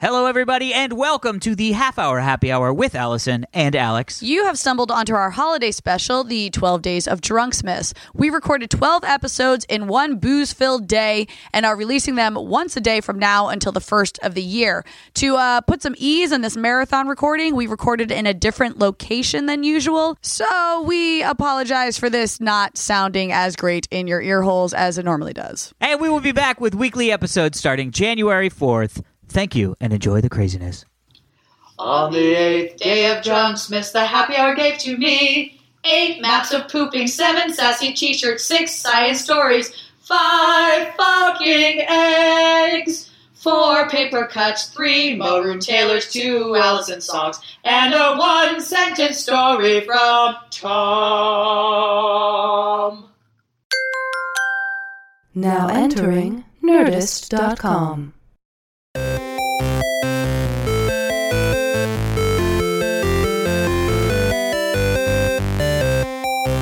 Hello, everybody, and welcome to the half hour happy hour with Allison and Alex. You have stumbled onto our holiday special, the 12 Days of Drunksmiths. We recorded 12 episodes in one booze filled day and are releasing them once a day from now until the first of the year. To uh, put some ease in this marathon recording, we recorded in a different location than usual. So we apologize for this not sounding as great in your ear holes as it normally does. And we will be back with weekly episodes starting January 4th. Thank you and enjoy the craziness. On the eighth day of drunksmiths, the happy hour gave to me eight maps of pooping, seven sassy t-shirts, six science stories, five fucking eggs, four paper cuts, three Maroon Taylors, two Allison songs, and a one-sentence story from Tom. Now entering Nerdist.com.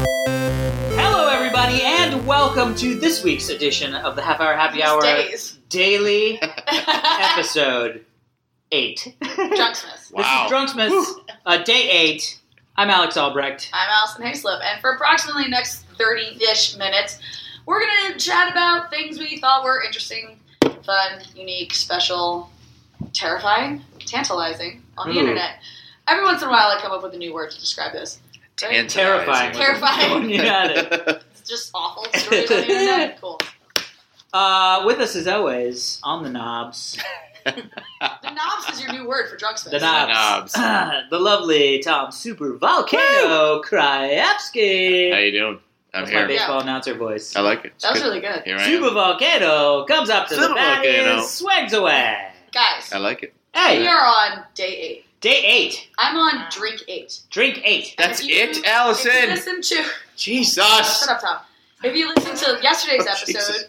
Hello, everybody, and welcome to this week's edition of the half hour happy hour Days. daily episode eight. Drunksmiths. This is Drunksmiths, uh, day eight. I'm Alex Albrecht. I'm Allison Hayslip, and for approximately the next 30-ish minutes, we're going to chat about things we thought were interesting, fun, unique, special, terrifying, tantalizing on the Ooh. internet. Every once in a while, I come up with a new word to describe this. Tantalizing. Terrifying. Terrifying. You got it. It's just awful stories on the internet. Cool. Uh, with us, as always, on the knobs, The knobs is your new word for drunksmith. the knobs, the lovely Tom Super Volcano Kryapski. How you doing? I'm That's my here. big- baseball announcer voice. I like it. It's That was good. really good. Here I Super am. Volcano comes up to the Super bat and Volcano. swags away. Guys, I like it. we Hey, are on day eight. day eight, I'm on drink eight. drink eight. And That's if you- it, If you Allison. listen to Shut Jesus. up, Tom. If you listen to yesterday's Oh, episode, Jesus.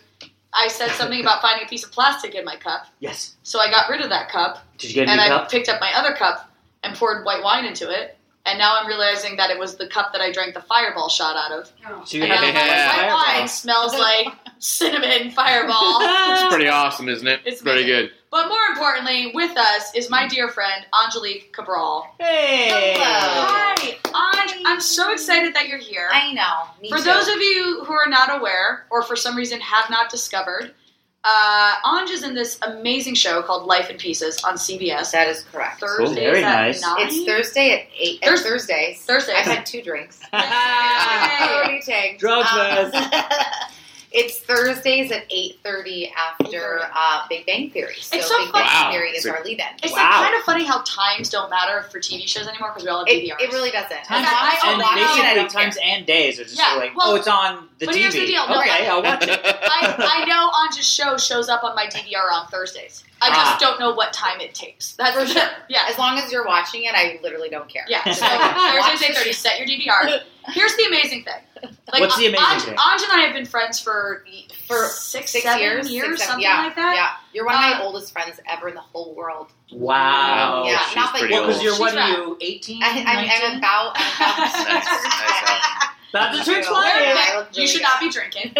I said something about finding a piece of plastic in my cup. Yes. So I got rid of that cup, Did you get a and new I cup? picked up my other cup and poured white wine into it. And now I'm realizing that it was the cup that I drank the fireball shot out of. So you're And now having my Yeah. white fireball. wine smells like cinnamon fireball. It's pretty awesome, isn't it? It's pretty good. But more importantly, with us is my dear friend Angelique Cabral. Hey. Hello. Hi, Anj. I'm so excited that you're here. I know. Me For too. those of you who are not aware, or for some reason have not discovered, uh, Anj is in this amazing show called Life in Pieces on CBS. that is correct. Thursday, Cool. Very is at nice. nine? It's Thursday at eight. Thurs- Thursday. Thursdays. Thursday. I've had two drinks. Yay. Already tanked. Drugs, Um, guys. it's Thursdays at eight thirty after 8:30. uh, Big Bang Theory. So It's so Big Bang Wow. Theory is So- our lead-in. It's Wow. like kind of funny how times don't matter for TV shows anymore because we all have It, DVRs. it really doesn't. Times I- I and watch it, I basically don't care. times and days are just Yeah, like, well, oh, it's on the but TV. here's the deal. No, okay, I- I'll watch it. I, I know Anja's show shows up on my DVR on Thursdays. I just Ah. don't know what time it takes. That's for sure. Yeah. As long as you're watching it, I literally don't care. Yeah, so Watch Thursdays the eight thirty. Set your DVR. Here's the amazing thing. What's the amazing Anj, thing? Anj and I have been friends for For six, Six seven years, years, six, seven- something yeah, like that. Yeah, you're one of my Uh, oldest friends ever in the whole world. Wow. yeah, she's not like pretty Well, old. because you're She's what right. are you, 18? I, I'm, I'm 19? about. Nice, nice, About to turn We're 20. We're Yeah, back. I look you really should good. not be drinking.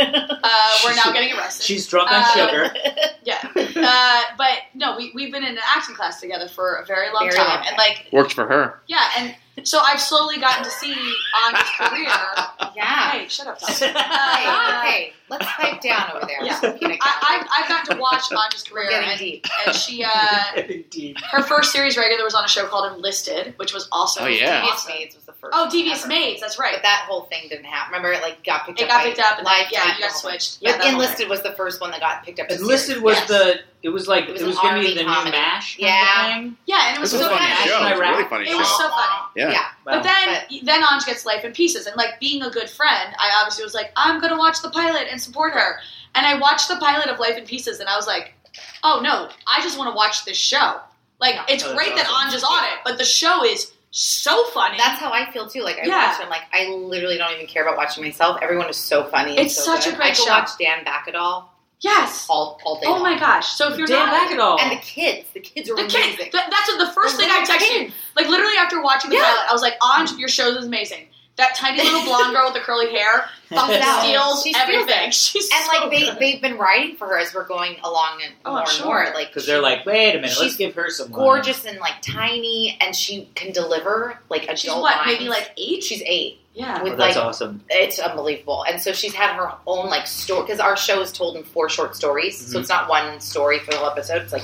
Uh, we're now getting arrested. She's drunk on Uh, sugar. yeah, uh, but no, we we've been in an acting class together for a very long Very time, long and time. like Worked for her. yeah, and so I've slowly gotten to see Anja's career. Al. yeah. Hey, shut up. Tom. Hey, Uh, okay, let's pipe down over there. Yeah. Peanut gallery. I, I've, I've gotten to watch Anja's career, We're getting and, deep. and she uh, Indeed. her first series regular was on a show called Enlisted, which was also Oh, yeah. Devious awesome. Maids was the first. Oh, one Devious ever. Maids, that's right. But that whole thing didn't happen. Remember, it like got picked it up. got by picked up, and then, Lifetime yeah, you and got all that. switched. Yeah, But that whole thing. Enlisted was the first one that got picked up. to Enlisted series. was Yes. the. It was like It it was was, an gonna be RV the comedy. new Mash. kind of Yeah. thing. Yeah, and it was This so is a funny. funny show. It's a really funny It show. was so funny. Yeah. Wow. But then, then Anj gets life in pieces, and like being a good friend, I obviously was like, I'm gonna watch the pilot and support her. And I watched the pilot of Life in Pieces, and I was like, Oh no, I just want to watch this show. Like Yeah. it's Oh, that's great that awesome. Anj is on it, but the show is so funny. That's how I feel too. Like I Yeah. watch it, I'm like I literally don't even care about watching myself. Everyone is so funny. and It's so such a good. great I could show. watch Dan Bacadol yes. all all day. Oh long. my gosh! So if you're Dan not Bacadol. And the kids, the kids are The amazing. kids. Th- that's what the first The thing I little texted you. Like literally after watching the Yeah. pilot, I was like, "Anj, your show is amazing. That tiny little blonde girl with the curly hair fucking No, steals she steals everything. She's And so like they good. they've been writing for her as we're going along and Oh, more I'm and sure. more. Like Because they're like, wait a minute, let's She's give her some money. gorgeous and like tiny, and she can deliver like adult. she's what, lines. maybe like eight? she's eight yeah. Oh, with that's like awesome. it's unbelievable. And so she's had her own like story because our show is told in four short stories, so Mhm. it's not one story for the whole episode. It's like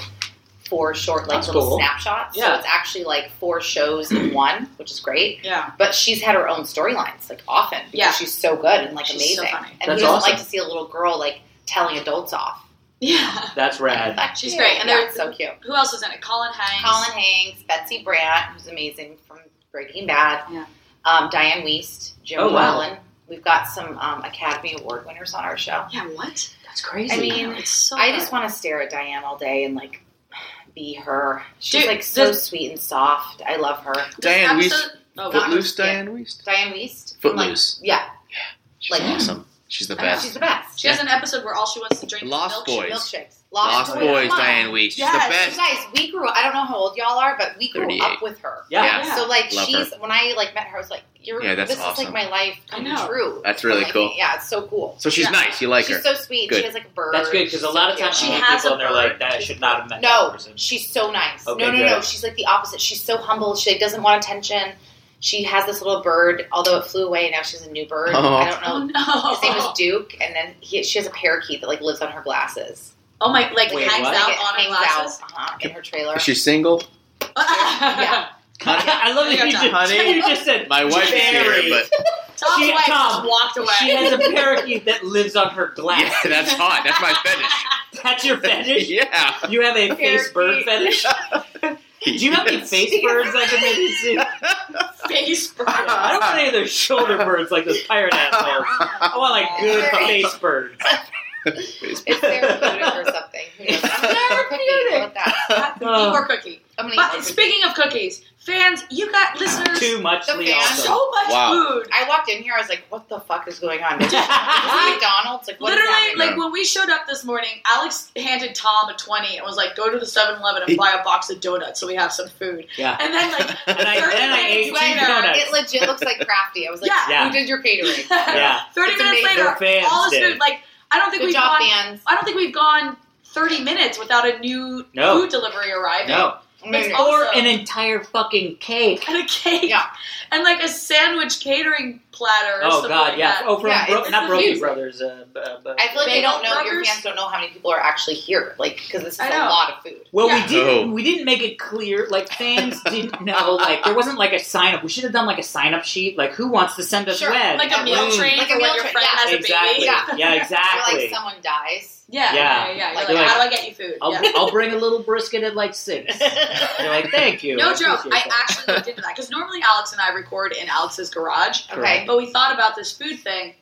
four short like That's little cool. snapshots. Yeah. So it's actually like four shows in one, which is great. Yeah. But she's had her own storylines like often because Yeah. she's so good and like She's so amazing. funny. And That's who doesn't awesome. like to see a little girl like telling adults off? Yeah. That's rad. That's She's cute. great. And Yeah, they're- it's so cute. Who else is in it? Colin Hanks. Colin Hanks, Betsy Brandt, who's amazing from Breaking Bad, Yeah. um, Diane Weist, Jim Oh, wow. Whalen. We've got some um, Academy Award winners on our show. Yeah, what? That's crazy. I mean, it's so I good. just want to stare at Diane all day and like be her. She's Dude, like so this- sweet and soft. I love her. This Diane Weist- episode- Oh, God. Footloose, yeah. Diane Weist. Diane Weist. from, like- Footloose. yeah, She's like- awesome. She's the I know. best. she's the best. She has an episode where all she wants to drink is Lost milkshake. Boys. Milkshakes. Lost Boys. Boys, Wow. Diane Weist. She's Yes. the best. You guys, we grew. I don't know how old y'all are, but we grew 38. up with her. yeah. Yeah. So like Love she's when I like met her, I was like, "You're Yeah, that's this is awesome. like my life I come know. true." That's really Like, cool. Yeah, it's so cool. So she's Yeah. nice. You like she's her. so sweet. Good. She has like a bird. That's good because a She's lot so of times cute. she She meet has people a and they're bird. like, that I should not have met that No, person. she's so nice. Okay, no, no, no. good. She's like the opposite. She's so humble. She like, doesn't want attention. She has this little bird, although it flew away. Now she has a new bird. Oh. I don't Oh know. no! His name is Duke, and then he, she has a parakeet that like lives on her glasses. oh my! Like Wait, hangs what? out Like, it on her hangs glasses. out uh-huh, in her trailer. Is she single? yeah. Honey, I love that Yeah. you just, Honey. you just said My wife is Very. here, but Tom's She- wife Tom, just walked away. she has a parakeet that lives on her glass. yeah, that's hot. That's my fetish. That's your fetish? yeah. You have a face bird Parakeet. fetish? Do you have any face birds I can maybe see? face bird. I don't want any of those shoulder birds like those pirate assholes. I want like good face birds. It's therapeutic or something. Who knows? Cookies, what that? Eat more cookie. I'm gonna eat But cookies. speaking of cookies, fans, you got listeners Too much The Lee fan. also. so much Wow. food. I walked in here. I was like, "What the fuck is going on? Is this McDonald's? Like, what is Literally, happening? like when we showed up this morning, Alex handed Tom a twenty and was like, "Go to the 7-Eleven and buy a box of donuts so we have some food." Yeah. And then like And I, then I ate two Later, donuts. it legit looks like crafty. I was like, Yeah. Yeah. "Who did your catering? Yeah. Thirty It's minutes amazing. Their later, fans all this did. food. Like I don't think Good we've job, gone. fans. I don't think we've gone thirty minutes without a new No. food delivery arriving. No. It's Mm. all- Or Also- an entire fucking cake. And a cake. Yeah. And like a sandwich catering platter. Or Oh something god, like yeah. That. Oh, from Yeah, Bro- it's not Brokey confusing. Brothers. Uh, b- uh, but- I feel like they Bagel don't know. Your burgers? fans don't know how many people are actually here. Like, because this is I a know. lot of food. Well, Yeah. we didn't. Oh. We didn't make it clear. Like fans didn't know. Like there wasn't like a sign up. We should have done like a sign up sheet. Like who wants to send us Sure, when? Like a meal Mm. train Like a for when meal your train, friend yeah. has a exactly. baby. Yeah. Yeah, Or, exactly. like someone dies. Yeah, Yeah. yeah, yeah. You're Like, like, yeah. how do I get you food? I'll, yeah. I'll bring a little brisket at like six. They're like, thank you. No I joke. appreciate I that." actually looked into that because normally Alex and I record in Alex's garage, Okay. but we thought about this food thing,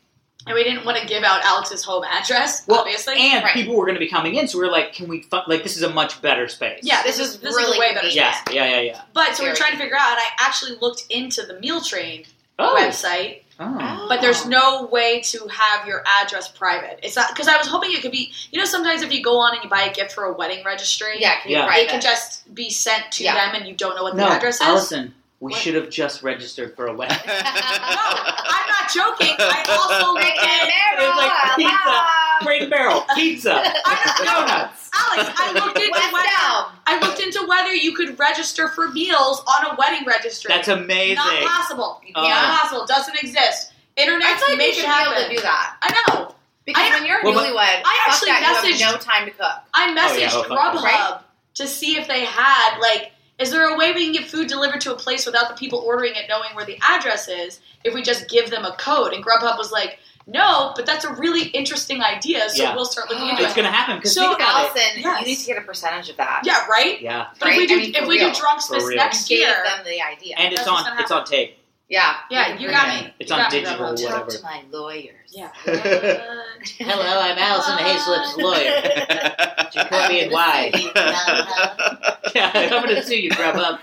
and we didn't want to give out Alex's home address. Well, obviously, and Right. people were going to be coming in, so we were like, can we? Fu- like this is a much better space. Yeah, This this is is this is really a way better. Yeah. Yeah. Yeah. Yeah. But so we we're Very trying to figure out. And I actually looked into the meal train Oh. website, oh. but there's no way to have your address private. It's not because I was hoping it could be. You know, sometimes if you go on and you buy a gift for a wedding registry, Yeah. Can you Yeah. write it can just be sent to Yeah. them, and you don't know what No, the address is. Allison, we Uh, What? should have just registered for a wedding. No, I'm not joking. I also looked in. It's like pizza. Crate and barrel, pizza, I don't know. donuts. Alex, I looked into West whether Elm. I looked into whether you could register for meals on a wedding registry. That's amazing. Not possible. Oh. Not possible. Doesn't exist. Internet I thought you make should it be happen. able to do that I know. because I- when you're a Well, but- newlywed, I fuck actually that, you messaged- have no time to cook. I Oh, yeah. messaged Oh, fuck. Grubhub Right. to see if they had like. Is there a way we can get food delivered to a place without the people ordering it knowing where the address is if we just give them a code? And Grubhub was like, no, but that's a really interesting idea, so Yeah. we'll start looking into It's it. gonna happen because So, think about Allison, Yes. you need to get a percentage of that. Yeah, right? it. Yeah, But if we Right? do I mean, if for we real. do drunk For Smith real. next Gave year, them the idea. and it's That's what's on. gonna It's on tape. yeah. yeah, you got me. It's You on got me, digital Grubhub. or whatever. to my lawyers. Yeah. Hello, I'm Allison Hayslip's lawyer. Jacoby and Why. Yeah, I'm gonna sue you, Grubhub.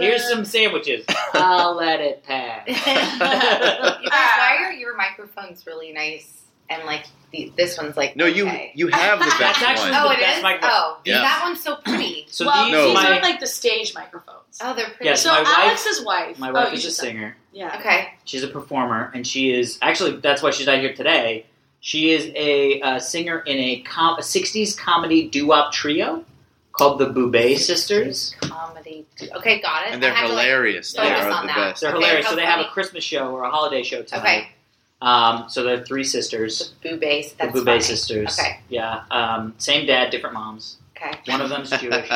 Here's some sandwiches. I'll let it pass. You guys, why are your microphones really nice and like the, this one's like No, you okay. you have the best That's actually one. oh the it best is microphone. oh Yeah. that one's so pretty So well, these No. these my are like the stage microphones. Oh, they're pretty. Yes, so my wife- Alex's wife. my wife oh, you is a should say- singer. Yeah. Okay. She's a performer, and she is actually that's why she's not here today. She is a uh, singer in a, com- a '60s comedy doo-wop trio called the Boubet Sisters. Comedy. Okay, got it. And they're I have to, like, hilarious. they focus are the on that. best. They're Okay, hilarious. how So they have a funny. Christmas show or a holiday show tonight. Okay. Um, so they're three sisters, Boo base. That's the Boubet funny. sisters. Okay. Yeah. Um, same dad, different moms. Okay. One of them's Jewish.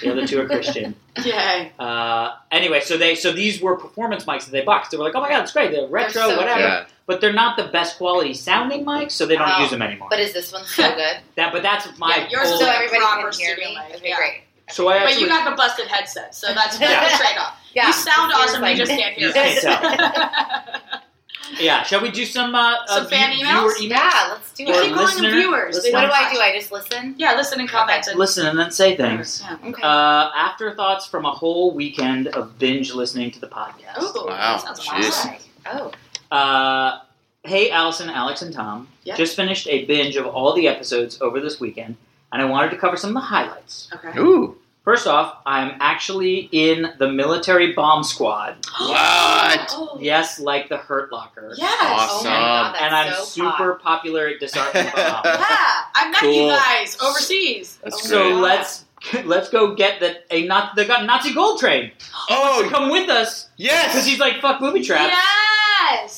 the other two are Christian. Yay. Uh, anyway, so they so these were performance mics that they boxed. They were like, oh my god, it's great. They're retro, so whatever. yeah. But they're not the best quality sounding mics, so they don't Oh. use them anymore. But is this one so good? that but that's my Yeah, yours is whole- so Full everybody proper can hear studio me. mic, Okay, yeah. great. so I actually But you got the busted headset, so that's Yeah. that's the trade off. Yeah. You sound it feels awesome, like- you just can't hear You can't us. yeah. Shall we do some uh, Some uh, fan view- emails? viewer Yeah, let's do Or you keep it. calling listener- them viewers. They listener- What do don't I watch. do? I just listen? Yeah, listen and comment. Okay. And Listen and then say things. Yeah. Okay. Uh, afterthoughts from a whole weekend of binge listening to the podcast. Ooh, Wow, that sounds jeez. awesome. Alright. Oh. Uh, hey, Allison, Alex, and Tom. Yeah. Just finished a binge of all the episodes over this weekend, and I wanted to cover some of the highlights. Okay. Ooh. First off, I'm actually in the military bomb squad. What? Oh, Yes, like the Hurt Locker. Yes. Oh Awesome. my god, that's and I'm so super hot. popular at disarming bombs. Oh, Yeah, I met you Cool. guys overseas. That's Oh, so great. wow. let's let's go get the a not the Nazi gold train. Oh, Come with us because yes! he's like fuck booby traps. Yes.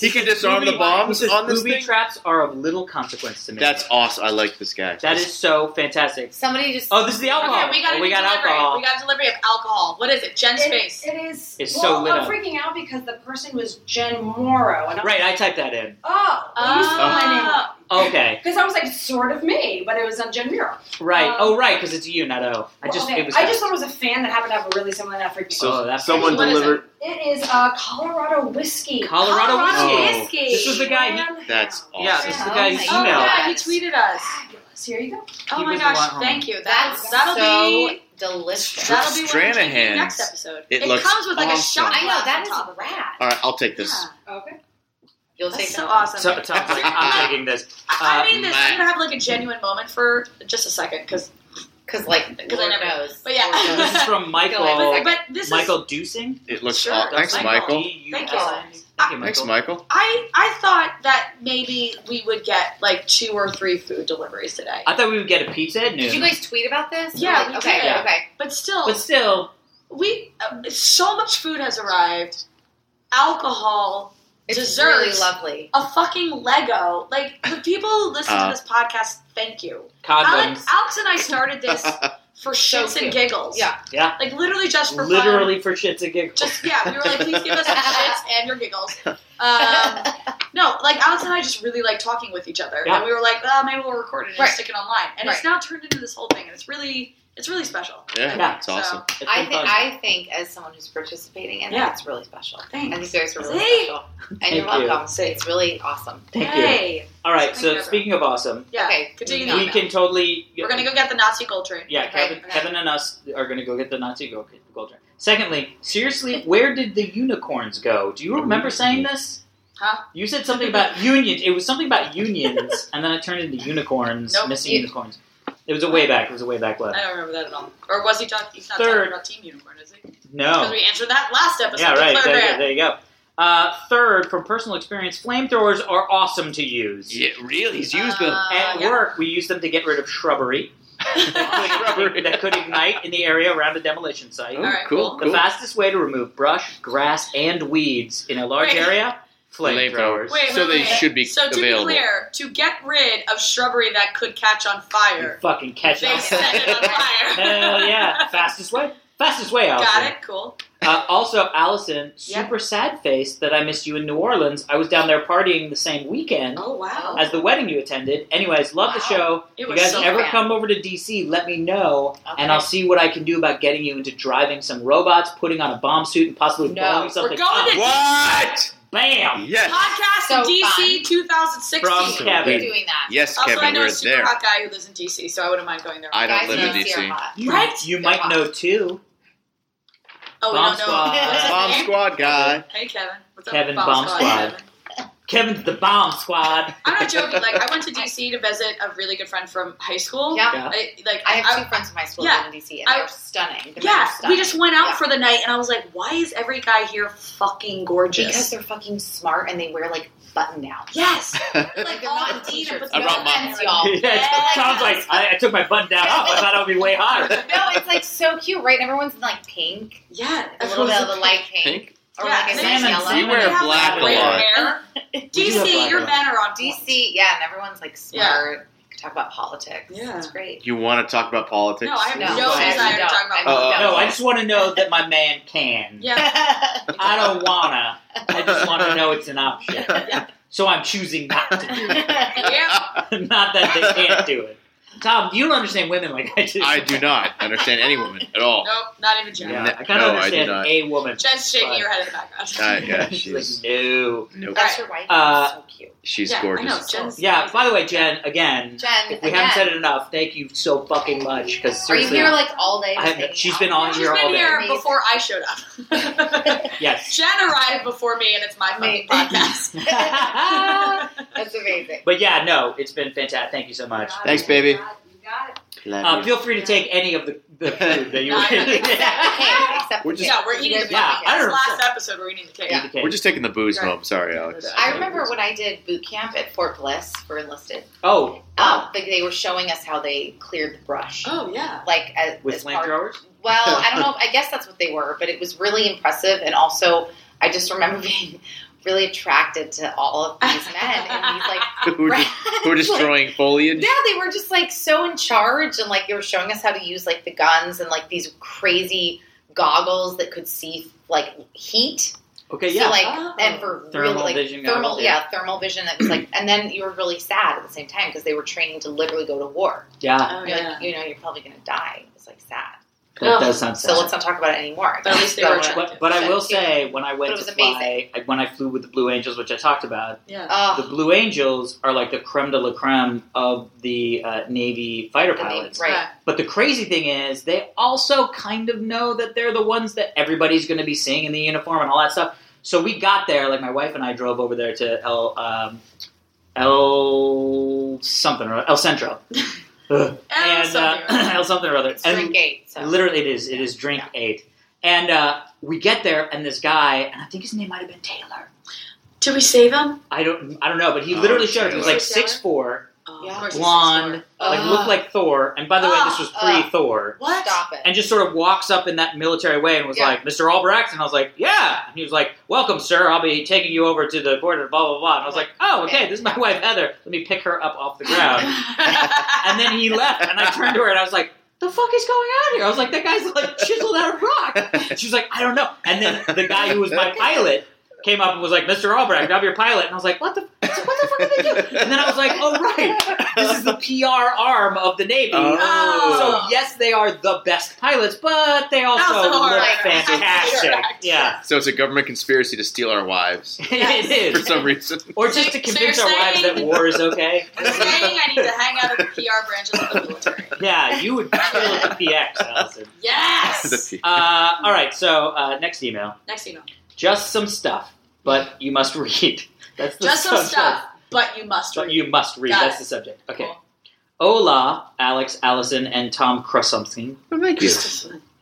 He can disarm Booby- the bombs he says, on this booby thing? traps are of little consequence to me. That's awesome. I like this guy. that is so fantastic. Somebody just. Oh, this is the alcohol. Okay, we got Oh, we got delivery. alcohol. We got delivery of alcohol. What is it? Jen's It- face. It is. It's well, oh, so lit I'm up. freaking out because the person was Jen Morrow, and I'm right, Like, I typed that in. oh, well, Uh. you spelled my name Ah. Okay, because I was like, sort of me, but it was on Jen Morrow. right. Um, oh, right, because it's you, not O. I Well, just okay. it was. I just thought it was a fan that happened to have a really similar enough freaking. So- Oh, that's- someone What is it? delivered. it is uh, Colorado whiskey. Colorado, Colorado whiskey. Oh. whiskey. This was the guy. He, Man, That's how awesome. yeah, this is the guy who Oh Oh my emailed. yeah, he Yes. tweeted us. fabulous. Here you go. Oh He my was the gosh, one- thank you. That's, That's that'll so be delicious. that'll be one of the Stranahan's. next episode. It looks comes with like a awesome. shot. I know glass that on is top. rad. All right, I'll take this. Okay. You'll take That's so that. awesome. Oh. So, Tom's like, I'm taking this. I Uh, I need this. I'm Matt. gonna have like a genuine moment for just a second, because Because like, because I never- knows. but yeah. Lord knows. This is from but, Michael. but this is Michael Dusing. It looks Sure. awesome. Thanks, Michael. Michael. Thank you. you. Thank you, Oh. Thanks, Michael. Michael. I I thought that maybe we would get like two or three food deliveries today, I thought we would get a pizza at Did you noon, guys tweet about this? Yeah, Like, we okay, did. Yeah. okay. but still, but still, we uh, so much food has arrived. Alcohol, It's Dessert. really lovely. a fucking Lego. Like the people who listen Uh. to this podcast, thank you. condoms. Alex, Alex and I started this for So shits and cute. giggles. Yeah. Yeah. Like literally just for fun. Literally for shits and giggles. Just yeah, we were like, please give us your shits and your giggles. Um, no, like Alex and I just really like talking with each other, Yeah. and we were like, oh, maybe we'll record it and Right. stick it online, and it's Right. now turned into this whole thing, and it's really, it's really special. Yeah, Yeah. it's awesome. It's been I think fun. I think as someone who's participating in Yeah. it, it's really special. I Thanks. think you guys are really See? special, and Thank you're you. welcome. It's really awesome. Thank you. Yay. All right. Thank So you. speaking of awesome, Yeah. Okay, Continue moving on we now. can totally. We're gonna go get the Nazi gold train. Yeah, Okay, Kevin, okay. Kevin and us are gonna go get the Nazi gold, gold train. Secondly, seriously, where did the unicorns go? Do you remember saying this? Huh? You said something about unions. It was something about unions, and then it turned into unicorns, Nope, missing you- unicorns. It was a way back. It was a way back I left. don't remember that at all. Or was he talking? He's not Third. talking about Team Unicorn, is he? No. Because we answered that last episode. Yeah, the right. third There, you- round. there you go. Uh, third, from personal experience, flamethrowers are awesome to use. Yeah, really? He's used them. Uh, At yeah. work, we use them to get rid of shrubbery that could- that could ignite in the area around a demolition site. all Oh, right, cool, cool. The cool. fastest way to remove brush, grass, and weeds in a large Wait. area? Flamethrowers. Flamethrowers. Wait, So wait, they wait. should be So to available. be clear, to get rid of shrubbery that could catch on You fire, fucking catch they it. set it on fire. Hell yeah. Fastest way? Fastest way, Allison. Got it. Cool. Uh, also, Allison, Yeah. super sad face that I missed you in New Orleans. I was down there partying the same weekend. Oh wow. as the wedding you attended. Anyways, love the Wow. show. It Uh, you was guys so ever fun. come over to DC, let me know, Okay. and I'll see what I can do about getting you into driving some robots, putting on a bomb suit, and possibly No. blowing something We're going up. to What? Bam! Yes. podcast So in DC fun. 2016. From So Kevin. We're weird. doing that. Yes, also, I Kevin, know a we're super there. hot guy who lives in DC, so I wouldn't mind going there. I don't Guys live in DC are DC. hot. You, Right? you might know too. oh, we Bomb don't know. Squad. What's his Bomb name? Squad guy. Oh, Hey, Kevin. What's Kevin up? Bomb Squad. Kevin. Kevin's the bomb squad. I'm not joking. Like, I went to DC to visit a really good friend from high school. Yeah. Yeah. I, like, I have I, two friends from high school yeah, in DC, and I- they're stunning. The men yeah, are stunning. we just went out Yeah. for the night, and I was like, "Why is every guy here fucking because gorgeous?" they're fucking smart and they wear like button downs. yes, Like like they're all not in the t-shirts. but I brought they're- mine. y'all. yeah, Yeah. Sean's like, I, I took my button down off. I thought it would be way hotter. No, it's like so cute, right? And everyone's in like pink, Yeah, a little bit of the light pink, Pink? or Yeah, like a nice salmon, yellow. salmon. You wear They have, black like, a gray lot. hair. We do have DC, black your a lot. men are on point. DC, yeah, and everyone's like smart. Could Talk about politics. Yeah. it's great. You want to talk about politics? No, I have No, no, I actually desire to don't. talk I about. Oh, don't. No, I just want to know that my man can. Yeah, I don't wanna. I just want to know it's an option. So I'm choosing not to do yeah. it. Not that they can't do it. Tom, you don't understand women like I do. I do not understand any woman at all. Nope, not even Jen. Yeah, I kind No, I of do understand not. a woman. Jen's shaking But- her head in the background. Uh, yeah, She's she's like, no. nope. That's your wife. Uh, She's so cute. She's yeah, I gorgeous. know, Jen's- Yeah, by the way, Jen, again, Jen, if we again, haven't said it enough, thank you so fucking much. Because are you seriously, here like all day? I just have- hanging she's out? been on She's here all been day. here before I showed up. Yes. Jen arrived before me, and it's my fucking Me. podcast. That's amazing. but yeah, no, it's been fantastic. Thank you so much. Thanks, baby. You got it. Love Uh, you. feel free to take any of the, the food that you No, I don't think Hey, except We're for just- you. yeah, we're eating the Yes. cake. Yeah, I don't This last know. episode, we're eating the cake. Yeah. We're just taking the booze Right. home. Sorry, Alex. I remember when I did boot camp at Fort Bliss for enlisted. Oh, Um, like they were showing us how they cleared the brush, Oh yeah. like as, with as part flamethrowers? Well, I don't know. I guess that's what they were, but it was really impressive. And also, I just remember being really attracted to all of these men. And he's like, who, de- who are destroying foliage? Yeah, they were just like so in charge, and like they were showing us how to use like the guns and like these crazy goggles that could see like heat. Okay, yeah. So like Oh. and for Thermal really like vision thermal, goggles, yeah, thermal vision. That was like, and then you were really sad at the same time because they were training to literally go to war. yeah, Oh You're yeah. like, you know, you're probably gonna die. It's like sad. that Ugh. does sound So sad. let's not talk about it anymore. But at least they Go were on. attractive. But, but I will Yeah. say, when I went But it to was amazing. fly, I, when I flew with the Blue Angels, which I talked about, Yeah. Ugh. the Blue Angels are like the creme de la creme of the uh, Navy fighter The Navy, pilots. right. But the crazy thing is, they also kind of know that they're the ones that everybody's going to be seeing in the uniform and all that stuff. So we got there, like my wife and I drove over there to El um, El something or El Centro And, and uh, something. El something or other. It's And drink eight. So. Literally, it is. It is drink eight. And uh, we get there, and this guy, and I think his name might have been Taylor. Did we save him? I don't, I don't know, but he Oh, literally showed up. He was like Taylor. six four, Oh, Yeah. of course he's blonde, six like Ah. Oh, looked like Thor. And by the way, this was pre Ugh. Thor. What? Stop it. And just sort of walks up in that military way and was Yeah. like, "Mr. Albrecht," and I was like, "Yeah." And he was like, "Welcome, sir. I'll be taking you over to the border." Blah blah blah. And I was like, "Oh, okay. This is my wife Heather. Let me pick her up off the ground." four. And then he left, and I turned to her and I was like, "The fuck is going on here?" I was like, "That guy's like chiseled out of rock." And She was like, "I don't know." And then the guy who was my pilot came up and was like, "Mr. Albrecht, I'm your pilot." And I was like, "What the what the fuck did they do?" And then I was like, "Oh right, this is the PR arm of the Navy." Oh. So yes, they are the best pilots, but they also, Also look are like- fantastic. Sure. Yeah, So it's a government conspiracy to steal our wives it for is. some reason. Or just to So you're convince our wives that saying- war is okay. We're saying I need to hang out at the PR branches of the military. Yeah, you would kill the PX, Allison. Yes. The P- Uh, all right, so uh, next email. Next email. Just some stuff, but you must read. That's the Just some subject. stuff, but you must But read. you must read. Got That's it. the subject. Okay. Cool. Hola, Alex, Allison, and Tom Crusumthing. Oh, Thank you.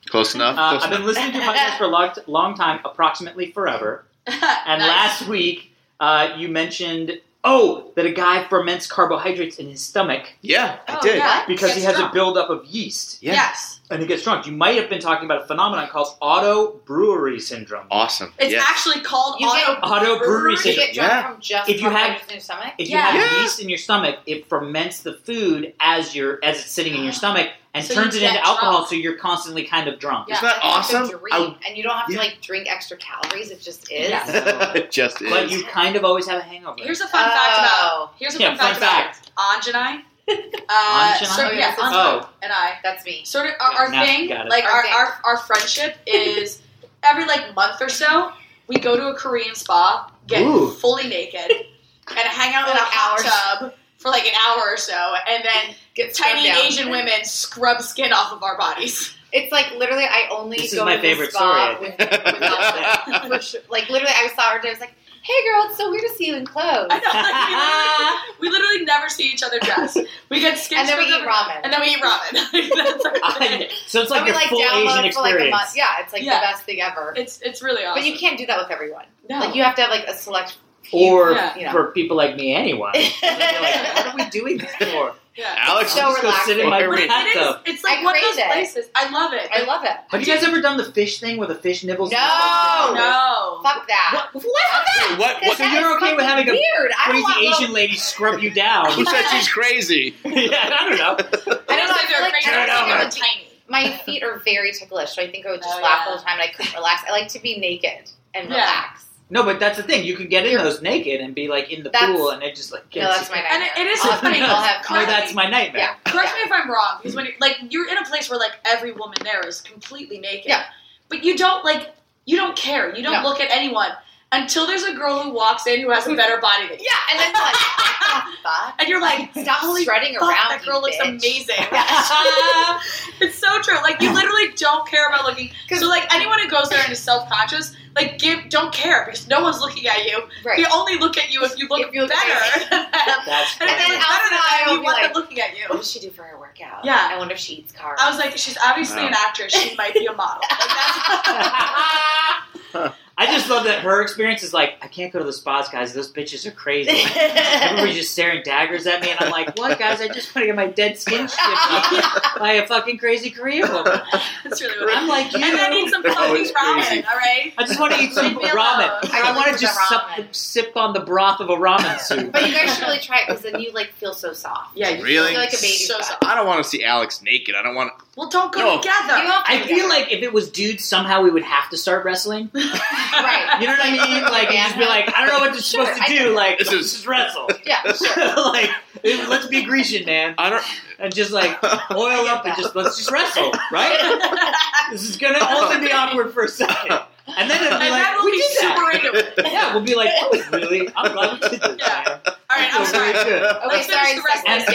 Close enough. Uh, Close I've been listening to your podcast for a long, long time, approximately forever. And last week, uh, you mentioned, oh, that a guy ferments carbohydrates in his stomach Yeah, I Oh, did. yeah. because he Gets has drunk. a buildup of yeast Yeah. Yes. and he gets drunk. You might have been talking about a phenomenon called auto brewery syndrome. Awesome. It's yeah. actually called You auto. get- Auto brewery You syndrome. get drunk Yeah. from just If you have- carbohydrates in your stomach. If Yeah. you have Yeah. yeast in your stomach, it ferments the food as you're as it's sitting in your stomach and So turns you it into get alcohol, drunk. so you're constantly kind of drunk. Yeah. Isn't that That's like a awesome? Dream. and you don't have to Yeah. like drink extra calories. It just is. Yeah. it just is. But you kind of always have a hangover. Here's a Oh. fun fact about. Here's a Yeah, fun fun fact about Anjanai. Uh, Anjanai? So, yeah, Oh. Anjanai and I. That's me. Sort of our, our Yeah, now thing, you got it. like Our our, thing. our our friendship is every like month or so we go to a Korean spa, get Ooh. fully naked, and hang out For in a like hot tub for like an hour or so, and then Get scrubbed tiny down. Asian women scrub skin off of our bodies. It's like literally, I only This is go my to the favorite spa story, with, with Elsa. For sure. Like literally, I saw her. today, I was like, "Hey, girl, it's so weird to see you in clothes." I know. like, we, literally, we literally never see each other dressed. We get skin And then we eat ramen. And then we eat ramen. Like, that's our I thing. know. so it's like and your we like full Asian download experience. for like a month. Yeah, it's like Yeah. the best thing ever. It's it's really awesome. But you can't do that with everyone. No. Like you have to have like a select. few. Or Yeah. Yeah. for people like me, anyone. And they're like, what are we doing this for? yeah. Alex, So I'll just go sit in my relaxing. But it is. bathtub. It's like I one of those crave it. places. I love it. I love it. Have you guys ever done the fish thing where the fish nibbles? No! the- no. Fuck that. What? what? Wait, what? Because what So that you're is okay with having fucking a weird. I Crazy don't want Asian little- lady scrub you down. Who said she's crazy? yeah, I don't know. I don't know. I Sometimes feel they're like crazy. Turn it I over. would tiny. my feet are very ticklish, so I think I would just Oh, laugh yeah. all the time and I couldn't relax. I like to be naked and Yeah. relax. No, but that's the thing. You can get in those naked and be like in the That's- pool, and it just like No, that's my And nightmare. it- it is I'll so funny. Have, I'll have No, Or coffee. that's my nightmare. Correct me if I'm wrong, because when you're, like you're in a place where like every woman there is completely naked. Yeah. But you don't like you don't care. You don't No. look at anyone until there's a girl who walks in who has a better body than you. yeah, and then like, oh, fuck. And you're like, Stop holy strutting fuck, around. that girl you looks bitch. amazing. Yeah. it's so true. Like you literally don't care about looking. 'Cause- So like anyone who goes there and is self conscious, like give don't care because no one's looking at you. Right. They only look at you if you look If you look better. great. than them. That's And if then it's better than outside, them, I'll you be want them like- looking at you. What does she do for her workout? Yeah. I wonder if she eats carbs. I was like, she's obviously Wow. an actress. She might be a model. Like, ah. funny. I just love that her experience is like, I can't go to the spas, guys. Those bitches are crazy. Everybody's just staring daggers at me, and I'm like, "What, guys? I just want to get my dead skin stripped off by a fucking crazy Korean woman. that's really what I'm like you. And I need some They're fucking always ramen, crazy. all right? I just want to eat some Leave me alone. ramen. I I want love to just the sup, ramen. sip on the broth of a ramen soup. but you guys should really try it because then you like feel so soft. Yeah, you Really? feel like a baby So butt. soft. I don't want to see Alex naked. I don't want. Well, don't go No. You together. don't I feel feel that. like if it was dudes, somehow we would have to start wrestling. You Right. know what I mean? Like, and just be like, I don't know what you're Sure, supposed I to do. can- Like, This this is- is wrestle. Yeah, sure. like, it- let's be Grecian, man, I don't. and just like oil up and just let's just wrestle, right? This is gonna only be awkward for a second, and then it'll be And like, that will we be did that. super into it. Yeah, we'll be like, that was really. I'm glad we did this. Yeah. man. All right, I'm This was really sorry. good. Okay, Let's finish sorry. the sorry. rest And, of this.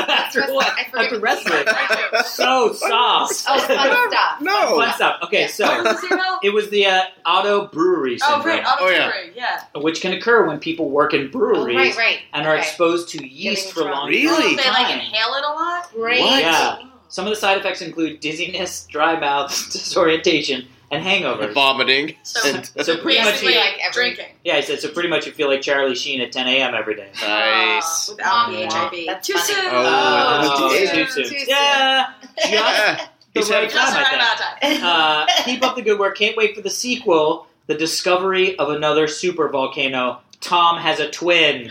and after That's- what? I forget After what wrestling, I do. so soft. Oh, fun stuff. No. Fun stuff. Okay, What so was this email? it was the uh, auto brewery Oh, syndrome, right, auto Oh, yeah. touring, yeah. which can occur when people work in Oh, breweries right, right. and are okay. Oh, exposed to yeast for drunk. long Really? periods Oh, of they like time. inhale it a lot? Great. What? Yeah. Some of the side effects include dizziness, dry mouth, disorientation, and hangovers. Vomiting. So, So, so pretty much, basically, you, Basically, like like, every- drinking. yeah, I said so. Pretty much, you feel like Charlie Sheen at 10 a.m. every day. Nice. Uh, without the Yeah. HIV. That's Too funny. soon. Oh, Oh, too too soon. soon. Too soon. Yeah, just Yeah. the He's right having- time, Just I right think. about time. Uh, keep up the good work. Can't wait for the sequel, The Discovery of Another Super Volcano. Tom has a twin.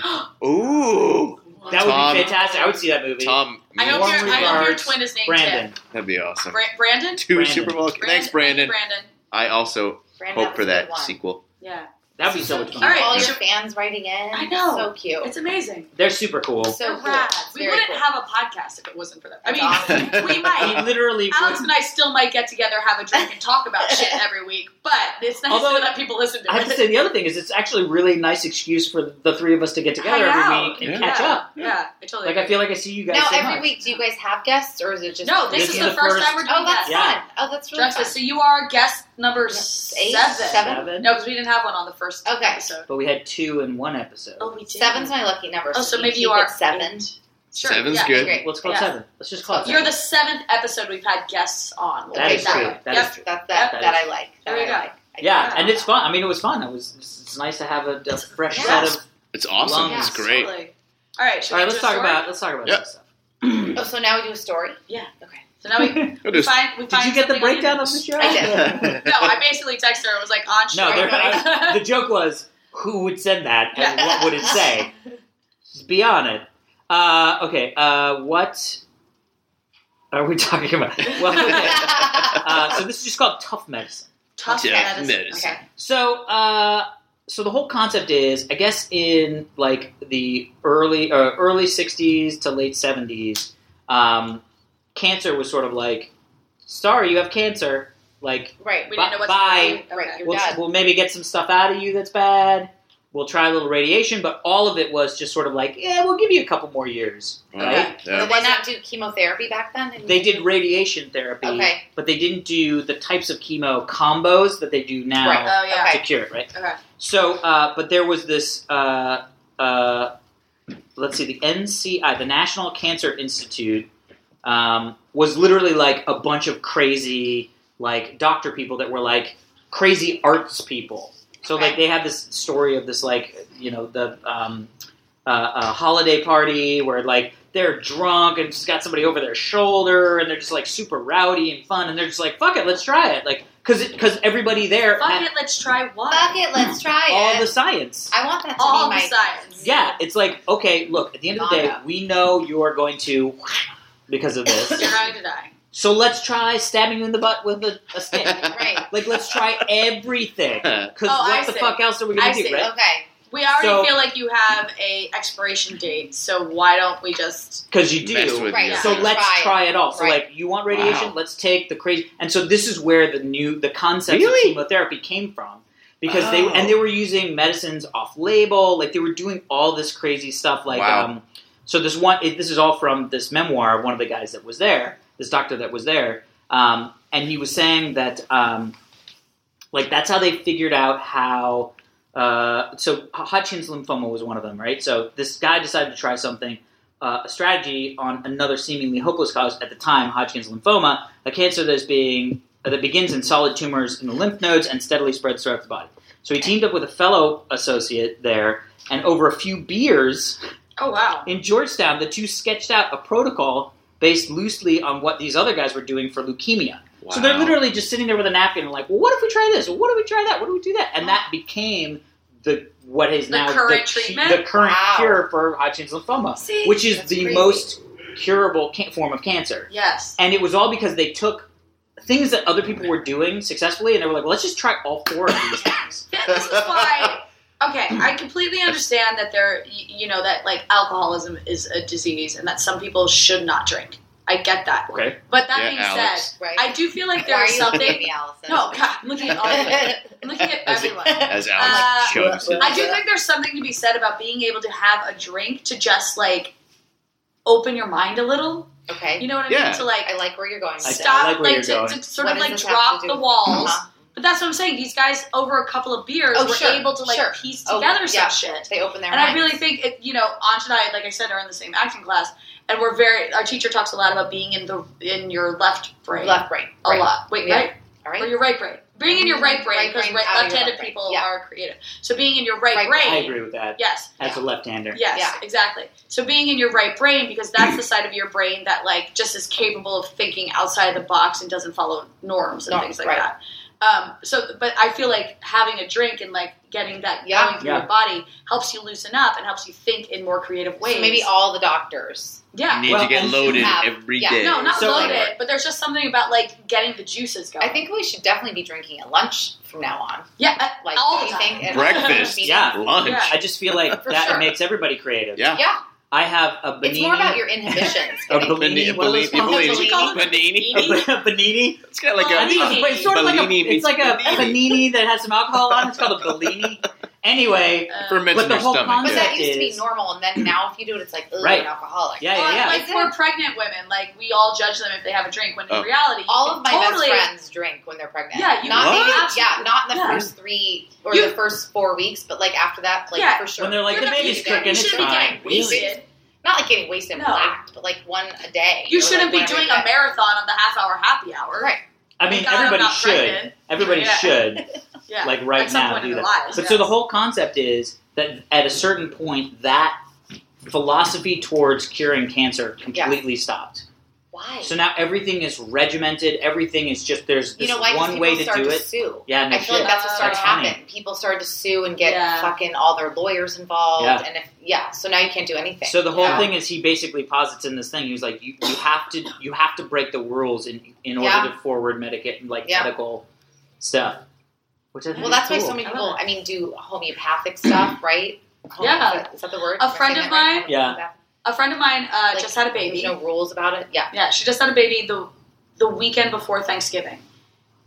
Ooh. That would Tom- be fantastic. I would see that movie. Tom. I hope, Warm your, I hope your regards, twin is named Tim. Brandon. That'd be awesome. Bra- Brandon? Two Brandon. Super Bowl. Thanks, Brandon. Brandon. I also Brandon, hope for was a good that one. sequel. Yeah. That'd be so much fun. All right. All your Should- fans writing in. I know. So cute. It's amazing. They're super cool. so They're cool. rad. It's We very wouldn't cool. have a podcast if it wasn't for them. I mean, Awesome. we He might. literally. Alex would- and I still might get together, have a drink, and talk about shit every week. But it's nice Although- to let people listen to I have to it. say the other thing is it's actually a really nice excuse for the three of us to get together Hang every out. week and Yeah. catch yeah. up. Yeah, I totally. Like I feel like I see you guys Now, so every much. week, do you guys have guests, or is it just no, this, This is is the the first, first- time we're doing Oh, that's guests. Yeah. fun. Oh, that's really Drexel, fun. so you are guest number Eight, seven. seven. No, because we didn't have one on the first Okay. episode. But we had two in one episode. Oh, we did. Seven's my lucky number. Oh, so we maybe keep you are it seven. eight. Sure, Seven's yeah. good. Great. Let's call it Yeah. seven. Let's just call it You're seven. the seventh episode we've had guests on. We'll That put is it that true. way. That yep. is true. That that, That that, is- I like. That There you I go. like. I Yeah, like and it's fun. I mean, it was fun. It was. It's nice to have a, a fresh Yeah. set of. It's awesome. Lungs. It's great. Totally. All right. should All right, we let's do a talk story? about. Let's talk about Yep. this stuff. that. Oh, so now we do a story. So now we We'll We just- find, we Did find you get the something on breakdown the of the show? I did. internet. No, I basically texted her. and was like, on show. No, there- I- the joke was who would send that and what would it say? Just be on it. Uh, okay, uh, what are we talking about? Well, okay. uh, so this is just called tough medicine. tough Yeah, medicine. medicine. okay. So, uh, so the whole concept is, I guess, in like the early uh, early '60s to late '70s, um, cancer was sort of like, "Sorry, you have cancer. Like, Right. We didn't know what's Bye. Okay. Right. You're we'll, done. we'll maybe get some stuff out of you that's bad. we'll try a little radiation, but all of it was just sort of like, yeah, we'll give you a couple more years, right? Yeah. Did they not do chemotherapy back then? They did radiation therapy, Okay. but they didn't do the types of chemo combos that they do now Right. Oh yeah. to Okay. cure it, right? Okay. So, uh, but there was this. Uh, uh, let's see, the NCI, the National Cancer Institute, um, was literally like a bunch of crazy, like doctor people that were like crazy arts people. So, like, they had this story of this, like, you know, the um, uh, uh, holiday party where like they're drunk and just got somebody over their shoulder and they're just like super rowdy and fun and they're just like, fuck it, let's try it, like, because because everybody there. had- Fuck it, let's try what? Fuck it, let's try all it. the science. I want that to All be the my science. Yeah, it's like okay, look. At the end of the day, Manga. we know you are going to because of You're this. going to die. So let's try stabbing you in the butt with a, a stick. right. like let's try everything. Because Oh, what I the see. fuck else are we gonna I do? see. Right? Okay. We already So- feel like you have a expiration date, so why don't we just? Because you Mess do. with Right. you. So Yeah. let's Try it. try it all. So Right. like you want radiation, Wow. let's take the crazy. And so this is where the new the concept Really? of chemotherapy came from. Because they Oh. and they were using medicines off label, like they were doing all this crazy stuff. Like, Wow. um, so this one, it, this is all from this memoir of one of the guys that was there, this doctor that was there, um, and he was saying that, um, like, that's how they figured out how. Uh, so Hodgkin's lymphoma was one of them, right? So this guy decided to try something uh, a strategy on another seemingly hopeless cause at the time, Hodgkin's lymphoma, a cancer that is being that begins in solid tumors in the lymph nodes and steadily spreads throughout the body. So he teamed up with a fellow associate there, and over a few beers Oh wow. in Georgetown, the two sketched out a protocol based loosely on what these other guys were doing for leukemia. Wow. So they're literally just sitting there with a napkin and like, well, what if we try this? Well, what if we try that? What do we do that? And that became the what is The now current the, cu- treatment? the current Wow. cure for Hodgkin's lymphoma See, which is That's the crazy. most curable can- form of cancer. yes. And it was all because they took things that other people were doing successfully, and they were like, well, "Let's just try all four of these things." Yeah, this is why. Okay, I completely understand that there, y- you know, that like alcoholism is a disease and that some people should not drink. I get that, Okay, but that Yeah, being Alex. Right. said, I do feel like Why are there is you something. looking at me, Allison? No, God, I'm looking at all of you. I'm looking at As it- everyone. as Alex Uh, shoves it. I do think there's something to be said about being able to have a drink to just like open your mind a little. okay. You know what I Yeah. mean? To like I like where you're going. with I- I this. stop, like where like you're to, going. to sort What of does like this have to drop do the with- walls. Uh-huh. But that's what I'm saying. These guys, over a couple of beers, Oh, were sure, able to like sure. piece Oh, together some yeah. shit. They open their And I minds. really think, it, you know, Anj and I, like I said, are in the same acting class, and we're very. Our teacher talks a lot about being in the in your left brain left brain. a Right. lot. Wait, Yeah. right All or right. Mm-hmm. your right brain. Being in your right brain Right because brain right, out of your left-handed left brain. people Yeah. are creative. So being in your right, Right brain. brain. I agree with that. Yes. As a left-hander, Yes, Yeah. exactly. So being in your right brain because that's the side of your brain that like just is capable of thinking outside the box and doesn't follow norms and Norms, things like right. that. Um, so, but I feel like having a drink and like getting that Yeah. going through Yeah. your body helps you loosen up and helps you think in more creative ways. So maybe all the doctors. yeah. need Well, to get and- loaded Yeah. every day. Yeah. No, not So- loaded, but there's just something about like getting the juices going. I think we should definitely be drinking at lunch from now on. yeah, uh, Like, all the do you time. think? at- Breakfast. Yeah. Lunch. Yeah. I just feel like For that sure. makes everybody creative. Yeah. Yeah. I have a It's more about benini, your inhibitions. a Getting- bellini, Bellini- what are those bellini- called? bellini- What you call call it? Panini. it? A benini. It's got like a. I think it's, but it's sort of like Bellini a, it's means like a panini. panini that has some alcohol on. it. It's called a bellini. Anyway, Uh, ferments But in the your whole stomach. concept- But that used to be is- normal, and then now if you do it, it's like, ugh, Right. an alcoholic. Yeah, Well, yeah, yeah. Like for pregnant women, like we all judge them if they have a drink. When in Oh. reality, you All can of my totally, best friends drink when they're pregnant. Yeah, you not can maybe, absolutely- yeah, not in the yeah. first three or You- the first four weeks, but like after that, like Yeah, for sure. when they're like You're the not- baby's you cooking, shouldn't it's be fine. getting Really? wasted. not like getting wasted and No. blacked, but like one a day. You or, shouldn't like, be doing a whatever. marathon on the half hour happy hour. Right. I mean, God, I'm everybody not should. pregnant. Everybody Yeah. should. Yeah. like right At some now point do in that. their lives, but so the yes. whole concept is that at a certain point that philosophy towards curing cancer completely stopped. Why? So now everything is regimented, everything is just there's you this know why? 'Cause one people way to start do to it. sue. Yeah, no I feel shit. like that's what started That's funny. happening. People started to sue and get Yeah. fucking all their lawyers involved, Yeah. and if yeah, so now you can't do anything. So the whole Yeah. thing is he basically posits in this thing. He was like, you, you have to you have to break the rules in in order Yeah. to forward medic like Yeah. medical stuff. Which I think Well, is that's why cool. so many I people, love I mean, do homeopathic stuff, right? Home- Yeah. Is that- is that the word? A Am I friend saying of that right? mine- Yeah. Homeopathic. A friend of mine uh, Like, just had a baby. There's no rules about it. Yeah. Yeah, she just had a baby the the weekend before Thanksgiving,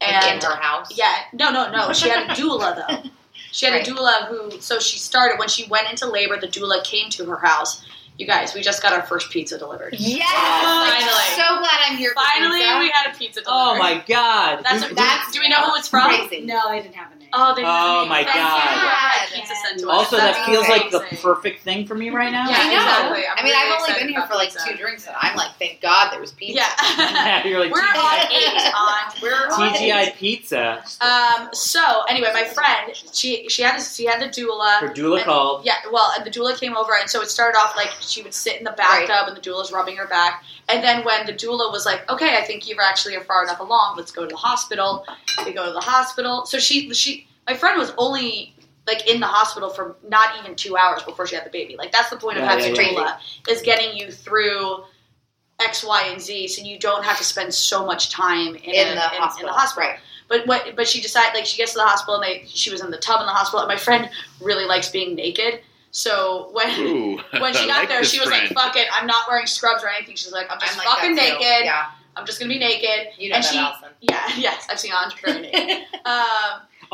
Like, and in her house. yeah, no, no, no. She had a doula though, She had Right. a doula who, so she started when she went into labor. The doula came to her house. You guys, we just got our first pizza delivered. Yes! Finally. I'm so glad I'm here. for Finally, pizza. we had a pizza delivered. Oh my god. That's, We- That's- do we know who it's from? Crazy. No, I didn't have a name. Oh, they Oh my That's God. never had Yeah. pizza sent to us. also, that That's feels like the amazing. perfect thing for me right now. Yeah, I know. exactly. I'm I mean, really I've only excited been here about for like pizza. two drinks, and I'm like, thank God there was pizza. Yeah. You're like We're on eight on. We're on eight. TGI Pizza Um. So anyway, my friend, she she had she had the doula. for doula called. Yeah, well, and the doula came over, and so it started off like she would sit in the bathtub, and the doula's rubbing her back. And then when the doula was like, "Okay, I think you are actually are far enough along. Let's go to the hospital." They go to the hospital. So she, she, my friend was only like in the hospital for not even two hours before she had the baby. Like that's the point of Yeah, having yeah, a doula is getting you through X, Y, and Z, so you don't have to spend so much time in, In a- the in- In hospital. the hospital. But what? But she decided like she gets to the hospital and they she was in the tub in the hospital and my friend really likes being naked. So when Ooh, when she I got like there, this she was friend. like, "Fuck it, I'm not wearing scrubs or anything." She's like, "I'm just I'm like fucking that, too. naked. Yeah, I'm just gonna be naked." you know And that, she- Allison. Yeah, yes, I've seen entrepreneur naked. Um,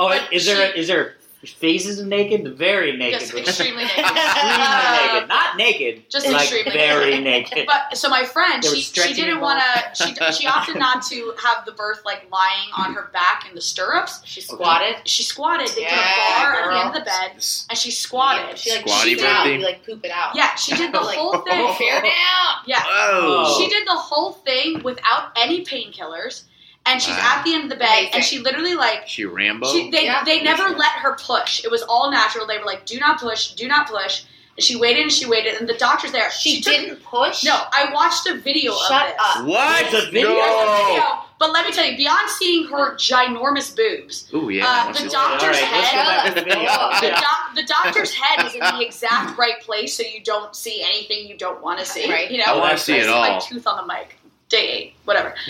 Oh, But is there she- is there phases of naked? Very naked. yes, but- extremely extremely naked. Uh, naked. Not naked. Just like extremely very naked. But so my friend, They were she, she stretching didn't you want to. She she opted not to have the birth like lying on her back in the stirrups. She squatted. She squatted. They Yeah, put a bar girl. at the end of the bed, This- and she squatted. Yeah, She like Squatty pooped it out. birthday. You like poop it out. Oh, Yeah, she did the Like, whole thing. Fair now. Yeah. Whoa. Oh. She did the whole thing without any painkillers. And she's Ah. Wow. at the end of the bed Amazing. and she literally like She Rambo. she, they Yeah. they never let her push. It was all natural. They were like, do not push, do not push. And she waited and she waited and the doctor's there. She, took- didn't push. No, I watched a video Shut of this. uh, up. what? There's a video. There's a No. video. But let me tell you, beyond seeing her ginormous boobs, Ooh, yeah. Uh, once the it's- All doctor's right, let's go back to the video. head. the, Yeah. doc- the doctor's head is in the exact right place, so you don't see anything you don't want to see. Right. You know, I wanna Or see it it's all. Like tooth on the mic, day eight, whatever.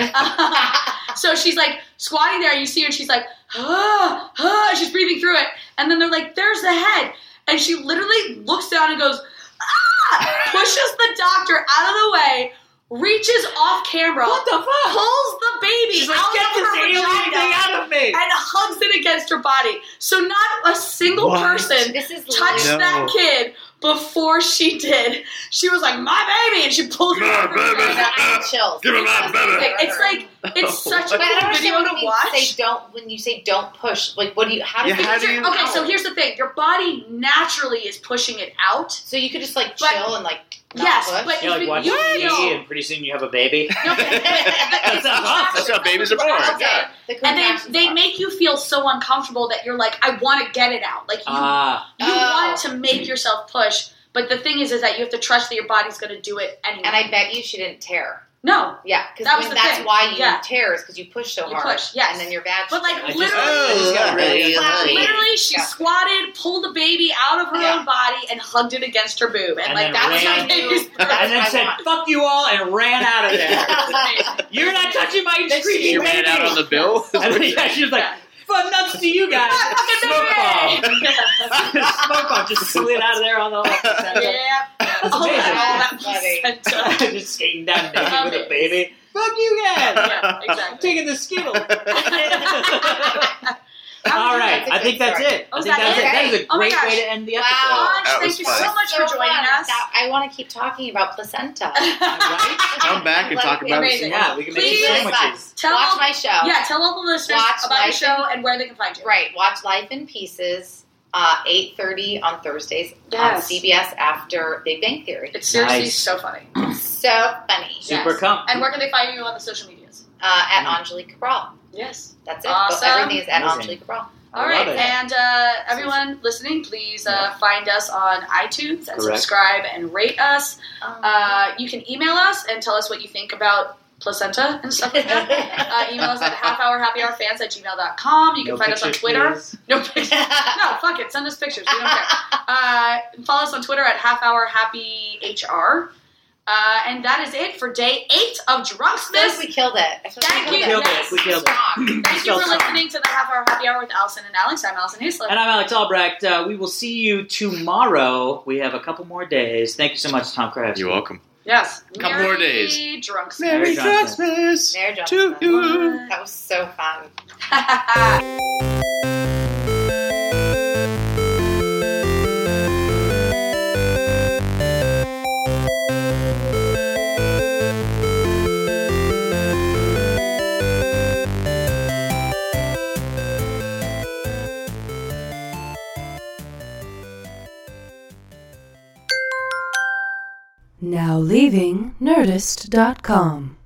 so she's like squatting there, and you see her, and she's like, ah, ah, she's breathing through it, and then they're like, "There's the head," and she literally looks down and goes, ah, pushes the doctor out of the way, reaches off camera, what the fuck? pulls the baby She's like, out get of this her alien vagina thing out of me. and hugs it against her body. So not a single What? person This is touched No. that kid before she did. She was like, "My baby," and she pulled her. My over her baby. back. I'm chills. Give me my baby. Like, It's like it's such a But I don't cool understand video what to you mean say watch. don't when you say don't push. Like, what do you? How does Yeah, it- how do you- Okay, so here's the thing: your body naturally is pushing it out. So you could just like But- chill and like not yes, push? but You're like you watching TV, feel- and pretty soon you have a baby. No, but- but- but it's That's awesome. That's how babies are born. Okay. Yeah. The And contractions they, they are. make you feel so uncomfortable that you're like, I want to get it out. Like you Ah, You Oh. want to make yourself push, but the thing is, is that you have to trust that your body's going to do it anyway. And I bet you she didn't tear. no, Yeah, because That was the that's thing. why you Yeah. tear is because you push so You hard. push, yes. and then your badge. but like I just, literally, I just got really wow, excited. literally, she Yeah. squatted, pulled the baby out of her Yeah. own body, and hugged it against her boob, and, And like then that's ran. how babies. birth. and then I said, want. "Fuck you all," and ran out of there. You're not touching my She screaming ran baby. out on the bill. and then, yeah, she was like, "Fun nuts to you guys." Smoke bomb. Smoke bomb just slid out of there on the yeah, yeah. left. That's all amazing. that, all that Funny. placenta. just skating down naked with a Amazing. baby. Fuck you guys. Yeah, I'm exactly. taking the skittle. How All was right, That's a I think good that's story. it. I Was think that that's it. it? That is a Oh my great gosh. way to end the Wow. episode. Gosh, That thank was you fun. so much for So joining fun. us. That- I want to keep talking about placenta. Right? Come back and talk about it some Amazing. more. Yeah, we can make Please, sandwiches. Tell watch all- my show. yeah, tell all the listeners Watch about your Life show and where they can find you. Right. Watch Life in Pieces. Uh, eight thirty on Thursdays on Yes. CBS after Big Bang Theory. It's seriously Nice. so funny. So funny. Yeah. Super cum. And where can they find you on the social medias? Uh, at Angelique Cabral. Yes. That's it. Awesome. Everything is at Amazing. Angelique Cabral. All I love right, it. and uh, everyone listening, please uh, find us on iTunes and Correct. subscribe and rate us. Uh, you can email us and tell us what you think about placenta and stuff like that. uh, email us at halfhourhappyhourfans at gmail.com. You can No find us on pictures, Twitter. please. No pictures. No, fuck it. Send us pictures. We don't care. Uh, follow us on Twitter at half hour happy HR. Uh, and that is it for day eight of Drunksmith. we killed it. I feel like Thank we you. killed it. Yes. We killed it. Strong. Thank you Spelled for strong. listening to the Half Hour Happy Hour with Allison and Alex. I'm Allison Hayslip. And I'm Alex Albrecht. Uh, we will see you tomorrow. We have a couple more days. Thank you so much, Tom Kraft. You're welcome. yes. Couple more days. Drunk Merry Johnson. Christmas. There, John. To you. That was so fun. Now leaving Nerdist.com.